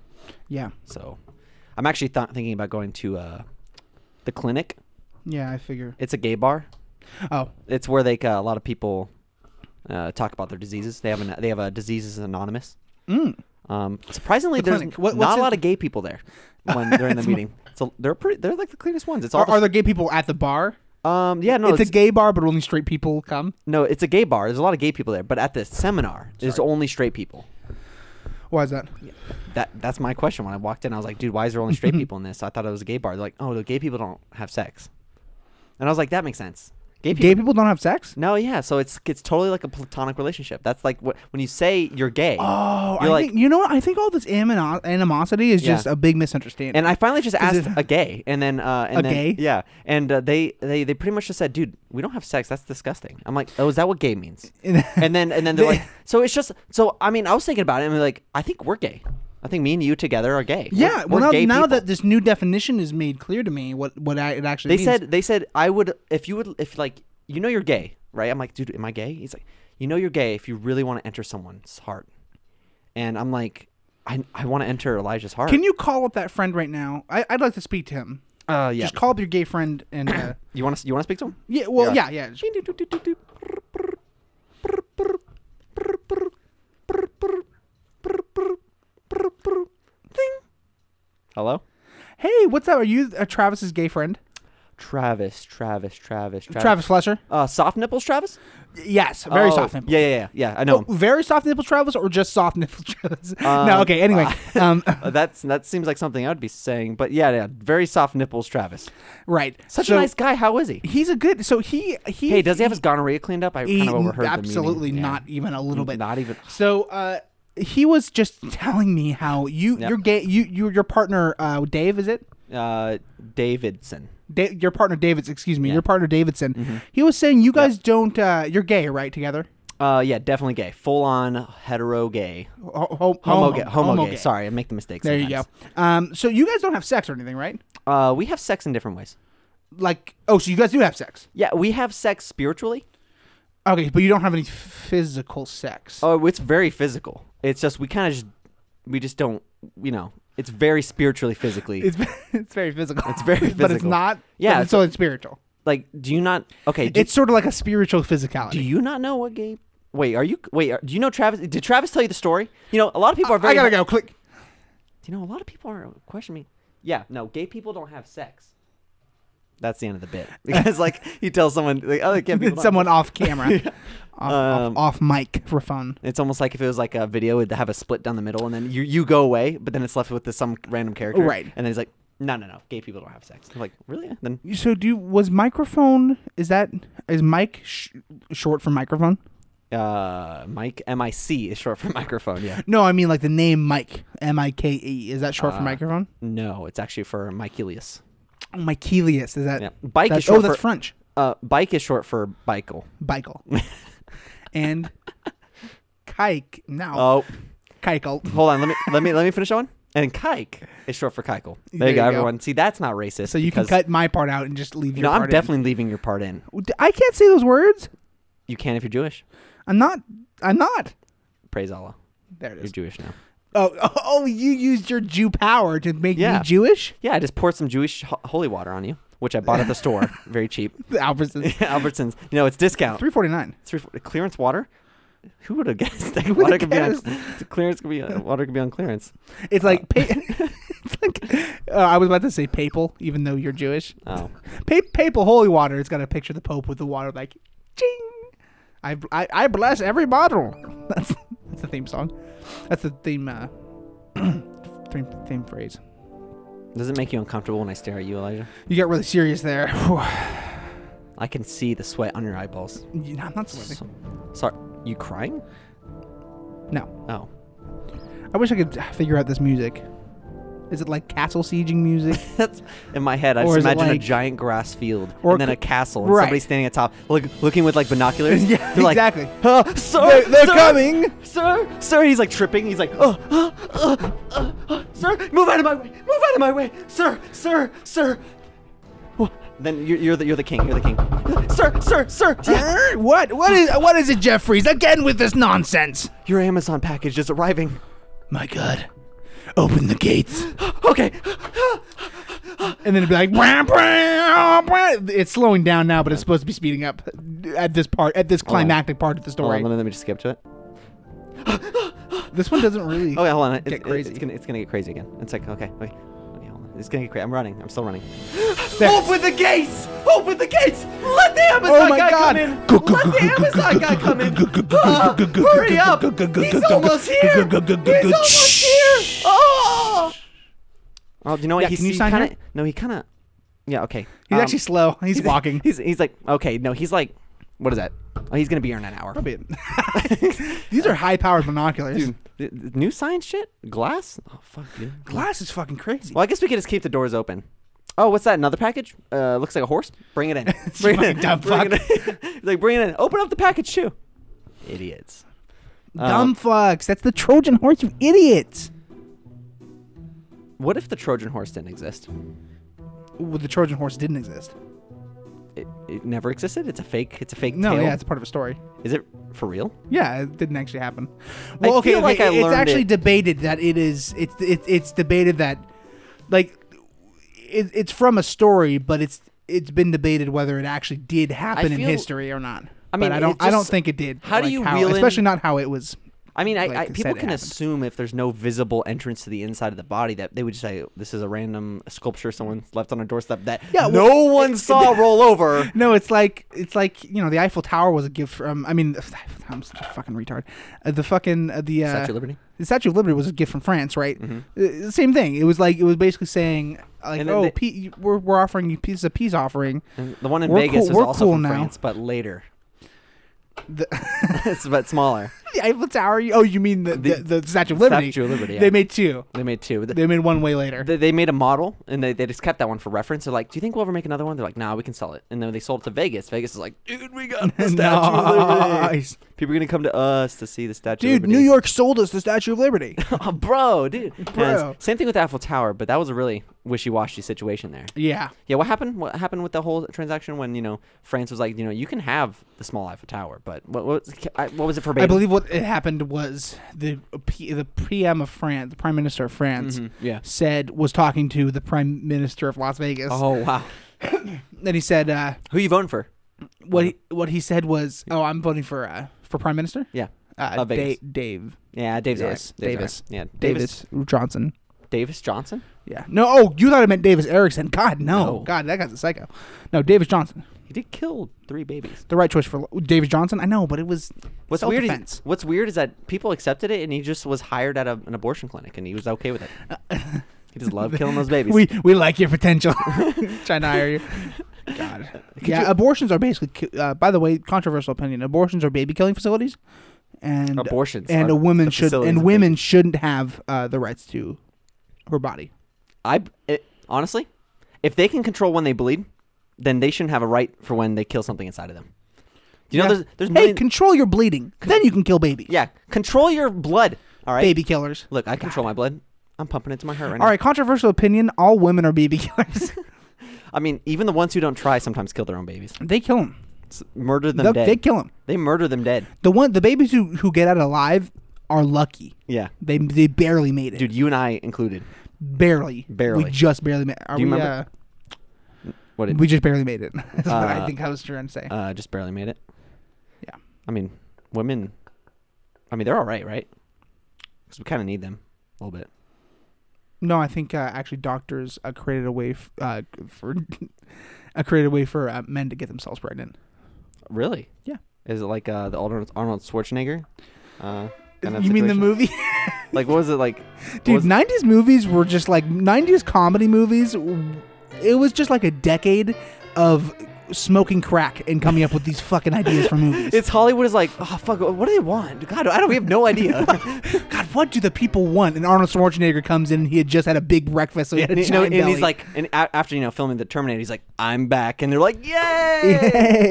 Yeah. so I'm actually th- thinking about going to uh, the clinic. Yeah. I figure. It's a gay bar. Oh. It's where they uh, a lot of people uh, talk about their diseases. They have an, they have a diseases anonymous. Mm. Um, surprisingly, The there's clinic. What- not what's a it- lot of gay people there when they're in the meeting. So they're pretty. They're like the cleanest ones. It's all. Are, are there gay people at the bar? the, um. Yeah. No. it's, It's, a gay bar, but only straight people come. no. It's a gay bar. There's a lot of gay people there, but at the seminar, there's only straight people. Why is that? That that's my question. When I walked in, I was like, dude, why is there only straight people in this? I thought it was a gay bar. They're like, oh, the gay people don't have sex. And I was like, that makes sense. Gay people. Gay people don't have sex. no, yeah, so it's it's totally like a platonic relationship. That's like what when you say you're gay, Oh, You're I like- think you know what? I think all this amino- animosity is Yeah. just a big misunderstanding. And I finally just asked it- a gay, and then uh, and A then, gay? yeah, and uh, they they they pretty much just said, "Dude, we don't have sex. That's disgusting." I'm like, "Oh, is that what gay means?" and then and then they're They- like, "So it's just so." I mean, I was thinking about it, and like, I think we're gay. I think me and you together are gay. We're- yeah, we're well, now, gay now people." that this new definition is made clear to me, what what I, it actually they means. said they said I would if you would if like you know you're gay, right? I'm like, "Dude, am I gay?" He's like, "You know you're gay if you really want to enter someone's heart," and I'm like, "I I want to enter Elijah's heart." Can you call up that friend right now? I, I'd like to speak to him. Uh, yeah. Just call up your gay friend and uh, you want to you want to speak to him? yeah, well, Yeah. yeah, yeah. just- Hello? Hey, what's up? Are you uh, Travis's gay friend? Travis, Travis, Travis, Travis. Travis Flesher? Uh, soft nipples, Travis? Yes, very Oh, soft Oh. nipple. Yeah, yeah, yeah. yeah I know him. Very soft nipple Travis or just soft nipple Travis? Um, no, okay. Anyway, um, Uh, That's that seems like something I would be saying, but yeah, yeah, very soft nipples, Travis. right. Such So a nice guy. How is he? He's a good. So he he. Hey, does he have his gonorrhea cleaned up? I he- kind of overheard. the meeting. absolutely Yeah. not even a little bit. Not even. So uh, he was just telling me how you Yep. your gay you, you your partner uh, Dave is it? Uh, Davidson. Da- your partner David's excuse me, Yeah. Mm-hmm. your partner Davidson. He was saying you guys don't uh, you're gay right together. Uh, yeah, definitely gay. Full on hetero gay. Ho- ho- Homo, gay. Homo, gay. Sorry, I make the mistakes. There sometimes. you go. Um, so you guys don't have sex or anything, right? Uh, we have sex in different ways. Like oh, so you guys do have sex. Yeah, we have sex spiritually. Okay, but you don't have any physical sex. Oh, it's very physical. It's just we kind of just we just don't. You know, it's very spiritually physically. It's it's very physical. It's very but it's physical. not. Yeah, but it's, so it's spiritual. like, do you not? Okay, do, It's sort of like a spiritual physicality. do you not know what gay? Wait, are you? Wait, are, do you know Travis? Did Travis tell you the story? You know, a lot of people are very. I gotta go. Click. You know, a lot of people are questioning me. Yeah, no, gay people don't have sex. That's the end of the bit because, like, you tell someone, like, oh, they can't be. Someone off camera, off, Um, off, off mic for fun. It's almost like if it was like a video it'd have a split down the middle, and then you you go away, but then it's left with this, some random character, Right. And then he's like, "No, no, no, gay people don't have sex." I'm like, really? Then So do you- was microphone? Is that is mic sh- short for microphone? uh, Mike M I C is short for microphone. Yeah. No, I mean like the name Mike M I K E. Is that short Uh, for microphone? No, it's actually for Michaelius. Oh, Michaelius. Is that? Yeah. Bike that- is short oh, that's for French. uh, bike is short for bicycle. Bikel. and kike. No, Oh, Kikel. hold on. Let me let me let me finish that one. And kike is short for kike. There, There you go, you go. everyone. See, that's not racist. So you can because- cut my part out and just leave your No, I'm part in. definitely leaving your part in. I can't say those words. You can if you're Jewish. I'm not. I'm not. Praise Allah. There it You're is. Jewish now. Oh, oh, oh, you used your Jew power to make Yeah. me Jewish? Yeah, I just poured some Jewish ho- holy water on you, which I bought at the store, very cheap. The Albertsons. Albertsons, you know, it's discount. Three forty nine. Three, four, clearance water. Who would have guessed that water could be on guessed? clearance? Could be on, water could be on clearance. It's Uh. like, pa- it's like uh, I was about to say papal, even though you're Jewish. Oh, Pa- papal holy water. It's got a picture of the Pope with the water, like, ching. I, I, I bless every bottle. That's that's the theme song. That's the theme uh, theme theme phrase. does it make you uncomfortable when I stare at you, Elijah? You got really serious there. I can see the sweat on your eyeballs. You know, I'm not sweating. Sorry, you crying? No, Oh, I wish I could uh, figure out this music. Is it like castle sieging music? that's in my head. I Or just is it imagine a like- giant grass field Or and then c- a castle, and right. somebody standing atop, look, looking with like binoculars. Yeah, They're like, exactly. "Huh, sir, They're- they're sir, coming." sir, sir. He's like tripping. He's like, oh, oh, oh, oh, oh, sir, move out of my way, move out of my way, sir, sir, sir. Wha- Then you're, you're the you're the king. You're the king, sir, sir, sir. Yeah. Er, What? What is? What is it, Jeffries? Again with this nonsense? Your Amazon package is arriving. My God! Open the gates. Okay, And then it'd be like, "Bwah, bwah, bwah." it's slowing down now, but it's supposed to be speeding up at this part, at this on. climactic part of the hold story. on. Let me, let me just skip to it. This one doesn't really. Okay, hold on. It, Get it- crazy. it's gonna it's gonna get crazy again. It's like okay, okay. okay hold on. It's gonna get crazy. I'm running. I'm still running. There. Oh Open the gates! Open the gates! Let the Amazon my guy God. come in! Go, go, Let the go, go, go, Amazon go, guy go, come in! go, go, go, Ah, go, go, hurry go, up! go, go, go, He's go, go, almost go, here! go, go, go, go, He's go. almost here! Oh! Oh, you know what? Yeah, he's, can you he sign kinda, here? No, he kind of. Yeah, okay. He's Um, actually slow. He's, walking. He's he's like okay. No, he's like, what is that? Oh, he's gonna be here in an hour. Probably- These are high-powered binoculars. Dude, th- th- new science shit? Glass? Oh fuck, dude. glass is fucking crazy. Well, I guess we could just keep the doors open. Oh, what's that? Another package? Uh, looks like a horse. Bring it in. bring it fucking in. dumb bring It in. like bring it in. Open up the package too. Idiots. Dumb fucks. That's the Trojan horse, you idiots. What if the Trojan horse didn't exist? Well, the Trojan horse didn't exist. It, it never existed. It's a fake. It's a fake No, tale. yeah, it's a part of a story. Is it for real? Yeah, it didn't actually happen. I Well, okay, feel like okay, I it's learned actually it- debated that it is. It's it's it's debated that, like, it, it's from a story, but it's it's been debated whether it actually did happen in feel- history or not. I mean, but I it don't. I don't just- think it did. how do like, you reel in- especially not how it was. I mean, I, Like I, they people said it can happened. assume if there's no visible entrance to the inside of the body that they would just say this is a random sculpture someone left on a doorstep that Yeah, no well, one saw roll over. No, it's like it's like you know the Eiffel Tower was a gift from. I mean, I'm such a fucking retard. Uh, the fucking uh, the uh, Statue of Liberty? Mm-hmm. The Statue of Liberty was a gift from France, right? Uh, same thing. It was like it was basically saying like, And then oh, they- Mm. pe- we're we're offering you pieces of peace offering. And the one in We're Vegas cool- was we're also cool from now. France, but later. The, it's but smaller. the Eiffel Tower. you- Oh, you mean the the, The- the, Statue of Liberty? Statue of Liberty, yeah. They made two. They made two. They made one way later. they, they made a model and they, they just kept that one for reference. They're like, do you think we'll ever make another one? They're like, nah, we can sell it. And then they sold it to Vegas. Vegas is like, dude, we got the Statue of Liberty. Nice. People are gonna come to us to see the Statue Dude, of Liberty. New York sold us the Statue of Liberty. oh, bro, dude. Yeah, Bro. it's- same thing with Eiffel Tower, but that was a really wishy-washy situation there. yeah. Yeah, what happened? What happened with the whole transaction when you know France was like, you know, you can have the small Eiffel Tower, but what what was, I- what was it for? I believe what it happened was the P, the PM of France, the Prime Minister of France, Mm-hmm. yeah. said was talking to the Prime Minister of Las Vegas, Oh wow. and he said uh, Who you voting for? what he, what he said was, "Oh, I'm voting for uh, for Prime Minister." Yeah. Uh, Of Vegas. Da- Dave Yeah, Dave's Yes, yes, Davis. Davis. Yeah, Davis Johnson. Davis Johnson. Yeah. No. Oh, you thought I meant Davis Erickson. God, no. No. God, that guy's a psycho. No, Davis Johnson. He did kill three babies. The right choice for Davis Johnson. I know, but it was What's weird? Is, self-defense. what's weird is that people accepted it, and he just was hired at a, an abortion clinic, and he was okay with it. he just loved killing those babies. Uh, We we like your potential. Trying to hire you. God. yeah. you- abortions are basically. ki- Uh, by the way, controversial opinion. Abortions are baby killing facilities, and Abortions and are a woman the should facilities and of women babies. shouldn't have uh, the rights to her body. I it, honestly, if they can control when they bleed, then they shouldn't have a right for when they kill something inside of them. You know, Yeah. there's there's hey, millions- control your bleeding. Then you can kill babies. yeah, control your blood. All right, Baby killers. Look, I control my blood. I'm pumping it to my heart right now. All right, controversial opinion. All women are baby killers. I mean, even the ones who don't try sometimes kill their own babies. they kill them. S- Murder them They, dead. they kill them. They murder them dead. The one, the babies who who get out alive are lucky. Yeah. They they barely made it. Dude, you and I included. barely. Barely. We just barely made. Are Do you we, remember? What Uh, did we just barely made it. That's what I Uh, think I was trying to say. uh just barely made it? Yeah. I mean, women I mean, they're all right, right? Cuz we kind of need them a little bit. no, I think uh, actually doctors uh, created a way f- uh, for uh, created a way for uh, men to get themselves pregnant. Really? Yeah. Is it like uh the Arnold Arnold Schwarzenegger? Uh kind of you mean the situation? movie? Like what was it like? what Dude, was it- 90s movies were just like 90s comedy movies. w- It was just like a decade of smoking crack and coming up with these fucking ideas for movies. It's Hollywood is like, oh fuck, what do they want? God, I don't. We have no idea. God, what do the people want? And Arnold Schwarzenegger comes in and he had just had a big breakfast, so he had a and, you know, giant and belly. he's like, and a- after you know filming the Terminator, he's like, I'm back, and they're like, yay!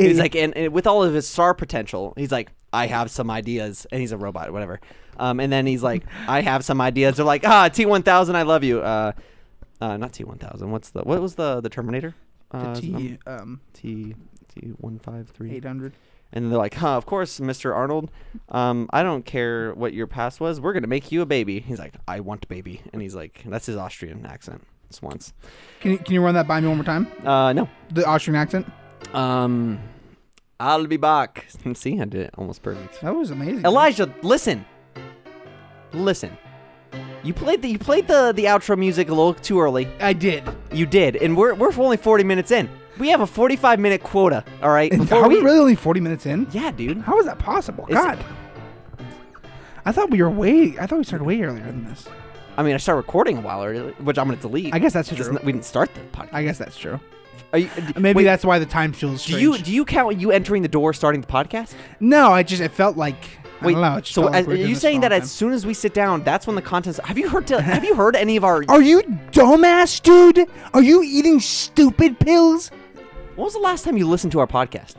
Yay. He's like, and, and with all of his star potential, he's like, I have some ideas, and he's a robot, whatever. Um, and then he's like, I have some ideas. They're like, ah, T1000, I love you. Uh, uh, not T1000. What's the what was the the Terminator? Uh, The T, um, T T153. 800. And they're like, huh, of course, Mr. Arnold. Um, I don't care what your past was. We're going to make you a baby. He's like, I want baby. And he's like, that's his Austrian accent. It's once. Can you, can you run that by me one more time? Uh, no. The Austrian accent? Um, I'll be back. See, I did it almost perfect. That was amazing. Elijah, listen. Listen. You played the you played the the outro music a little too early. I did. You did, and we're we're only forty minutes in. We have a forty five minute quota. All right. Are we really only 40 minutes in? Yeah, dude. How is that possible? It's- God. I thought we were way. I thought we started way earlier than this. I mean, I started recording a while earlier, which I'm gonna delete. I guess that's Just true. n- we didn't start the podcast. I guess that's true. Are you, Maybe wait, that's why the time feels Do strange. you do you count you entering the door starting the podcast? No, I just it felt like I don't know. It just so felt like as- we were are doing you this saying for a that long as soon as we sit down, that's when the contents? Have you heard? To, have you heard any of our? time. Are you dumbass, dude? Are you eating stupid pills? When was the last time you listened to our podcast?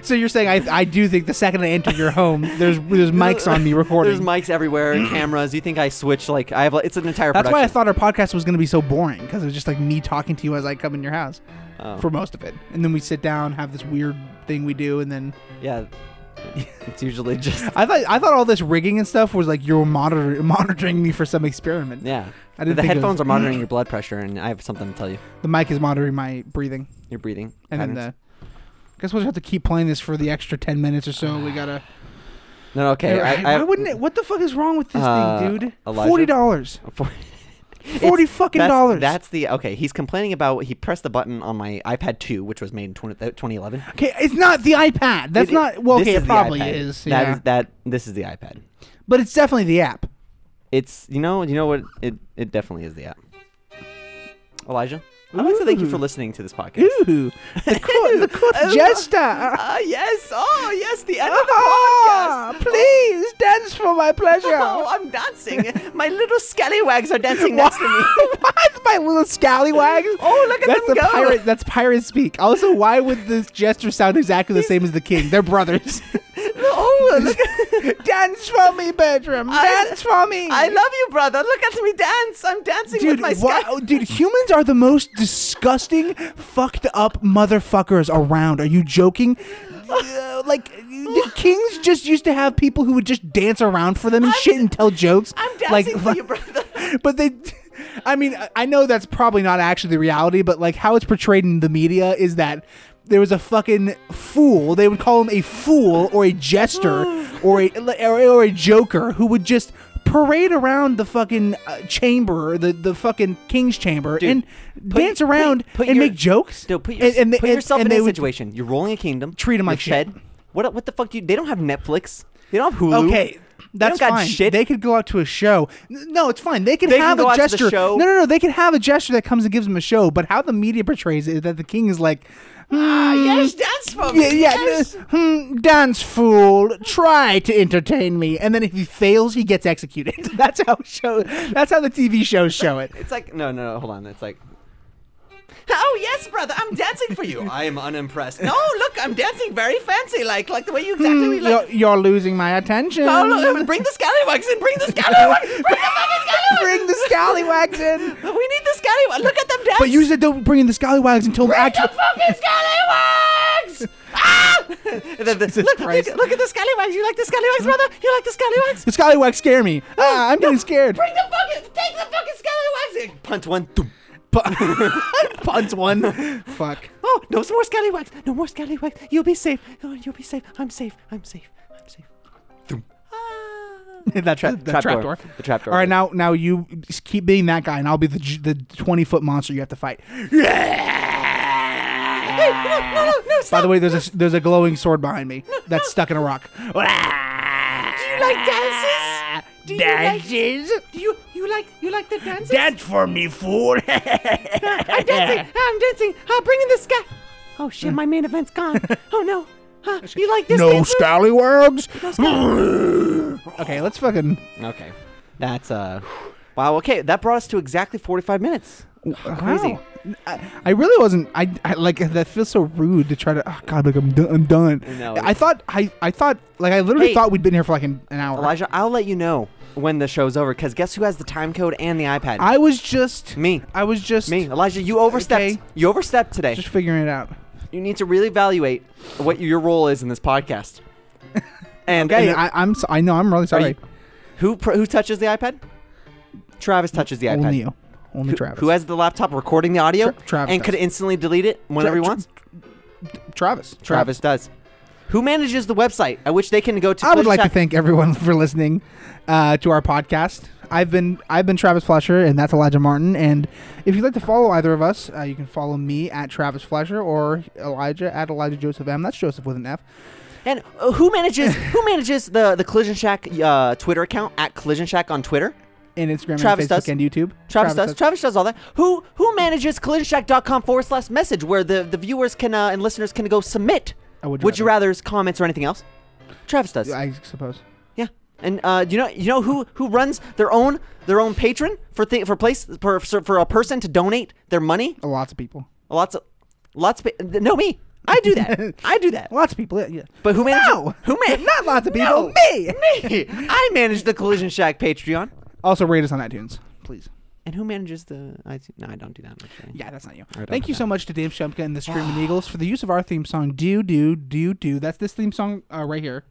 So you're saying I, I do think the second I enter your home, there's there's mics on me recording. There's mics everywhere, cameras. You think I switch? Like I have? like- It's an entire. That's why I production. thought our podcast was going to be so boring because it was just like me talking to you as I come in your house Oh. for most of it, and then we sit down, have this weird thing we do, and then yeah. It's usually just I thought I thought all this rigging and stuff was like you were monitor, monitoring me for some experiment. yeah. I didn't the think it was- headphones are monitoring your blood pressure, and I have something to tell you. The mic is monitoring my breathing, Your breathing. and patterns. then the. I guess we'll just have to keep playing this for the extra ten minutes or so. We gotta. no, no, okay. I, Why I, wouldn't it? What the fuck is wrong with this Uh, thing, dude? Elijah? Forty dollars. It's- Forty fucking that's, dollars. That's the okay. He's complaining about he pressed the button on my iPad 2, which was made in 20, 2011. okay. It's not the iPad. That's It- not. Well, this okay, is it the probably iPad. is. That yeah. is that. This is the iPad. but it's definitely the app. It's you know you know what it it definitely is the app. Elijah, I'd like to thank you for Ooh. listening to this podcast. Ooh, the court, the court Oh. jester. Ah, yes. Oh, yes. The end Ah, please dance for my pleasure. I'm dancing. My little scallywags are dancing what? My little scallywags? Oh, look at that's them the go. pirate. That's pirate speak. Also, why would the jester sound exactly the same as the king? They're brothers. oh, look. Dance for me, Bertram. I- Dance for me. love you, brother. Look at me dance. I'm dancing Dude, why- oh, dude, humans are the most disgusting, fucked up motherfuckers around. Are you joking? Uh, like, the kings just used to have people who would just dance around for them and shit and tell jokes. like, brother. but they i mean I- i know that's probably not actually the reality but like how it's portrayed in the media is that there was a fucking fool they would call him a fool or a jester or a or, or a joker who would just parade around the fucking uh, chamber the the fucking king's chamber Dude, and put- dance around put- put and your- make jokes Dude, put, your, and, and they- put and- yourself and in they a would- situation. You're ruling a kingdom. Treat 'em you're like shit. fed. What what the fuck do you? They don't have Netflix. They don't have Hulu. Okay, that's got fine. shit. They could go out to a show. N- No, it's fine. They can They can have go a out to the gesture. show. No, no, no. They can have a gesture that comes and gives them a show. But how the media portrays it is that the king is like, "Hmm, dance for yeah, yeah, uh, hmm, dance fool, try to entertain me, and then if he fails, he gets executed. that's how show. That's how the TV shows show it. It's like no, no, no. Hold on. It's like. Oh yes, brother. I'm dancing for you. I am unimpressed. No, look, I'm dancing very fancy, like like the way you exactly Hmm, you're, you're losing my attention. bring the scallywags in. Bring the scallywags. Bring the fucking Bring the scallywags in. We need the scallywags. Look at them dance. But you said don't bring in the scallywags until the actual. fucking scallywags. Scallywags! ah! And then the- look, look, Christ. look at the Scallywags! You like the Scallywags, brother? You like the Scallywags? The scallywags scare me. Ah, I'm getting scared. Bring the fucking, take the fucking Scallywags! And punt one. Doom. Pu- Puns one. Fuck. Oh, no more Scallywags! No more Scallywags! You'll be safe! Oh, you'll be safe! I'm safe! I'm safe! I'm safe! Doom. Ah. that trap, that trap door. The trap door. All right, now now you just keep being that guy, and I'll be the j- the twenty foot monster you have to fight. By the way, there's a there's a glowing sword behind me that's stuck in a rock. Do you like dances? Do you Dances? Like, do you you like you like the dances? Dance for me, fool! I'm dancing. I'm dancing. I'm bringing this guy. Oh shit! My main event's gone. Oh no. Huh, you like this? Mm. no dance move? scallywags. okay, let's fucking. Okay, that's uh. Wow. Okay, that brought us to exactly 45 minutes. Crazy. Wow. I, I really wasn't. I, I like that feels so rude to try to. Oh God, like I'm done. I'm done. No, I it's- thought I I thought like I literally Hey. thought we'd been here for like an, an hour. Elijah, I'll let you know when the show's over because guess who has the time code and the iPad? I was just Me. I was just Me, Elijah. You overstepped. Okay. You overstepped today. just figuring it out. you need to really evaluate what your role is in this podcast. And, And and I, I'm so, I know I'm really sorry. you- Who pr- who touches the iPad? Travis touches the iPad. Only you, only Who, Travis. who has the laptop recording the audio Tra- Travis and could does. instantly delete it whenever Tra- he wants? Travis? Travis does. Who manages the website at which they can go to? I would like to Click Shack- thank everyone for listening uh, to our podcast. I've been I've been Travis Flesher, and that's Elijah Martin. And if you'd like to follow either of us, uh, you can follow me at Travis Flesher or Elijah at Elijah Joseph M. That's Joseph with an F. And uh, who manages who manages the the Collision Shack uh, Twitter account at Collision Shack on Twitter? And Instagram, Travis and Facebook, does. and YouTube. Travis, does. Travis does all that. Who who manages collisionshack.com forward slash message where the, the viewers can uh, and listeners can go submit I would you rather's comments or anything else? Travis does. I suppose. Yeah. And uh, do you know you know who who runs their own their own patron for th- for place for, for a person to donate their money? Uh, Lots of people. Lots of lots of pa- no me. I do that. I do that. Lots of people. Yeah. But who manages No! who man Not lots of people, No! me! Me. I manage the Collision Shack Patreon. Also, rate us on iTunes, please. And who manages the I No, I don't do that much. right? Yeah, that's not you. don't Thank you so much to Dave Shumka and the Screaming Eagles for the use of our theme song, Do, Do, Do, Do. That's this theme song uh, right here.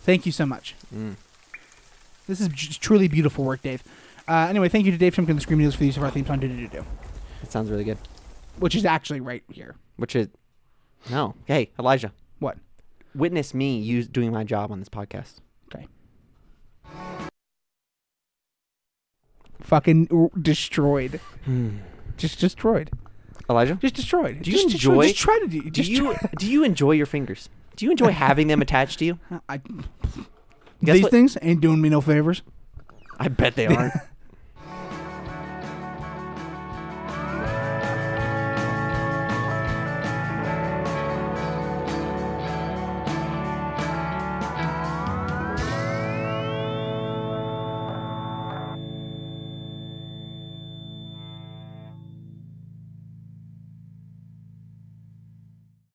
Thank you so much. Mm. This is j- truly beautiful work, Dave. Uh, anyway, thank you to Dave Shumka and the Screaming Eagles for the use of our theme song, Do, Do, Do, Do, That sounds really good. which is actually right here. Which is No. Hey, Elijah. What? Witness me use doing my job on this podcast. Okay. Fucking r- destroyed. Just destroyed. Elijah? Just destroyed. Hmm. Do you just destroyed. enjoy- Just try to do. Do Just you try- do you enjoy your fingers? Do you enjoy having them attached to you? I, Guess these what- things ain't doing me no favors. I bet they aren't.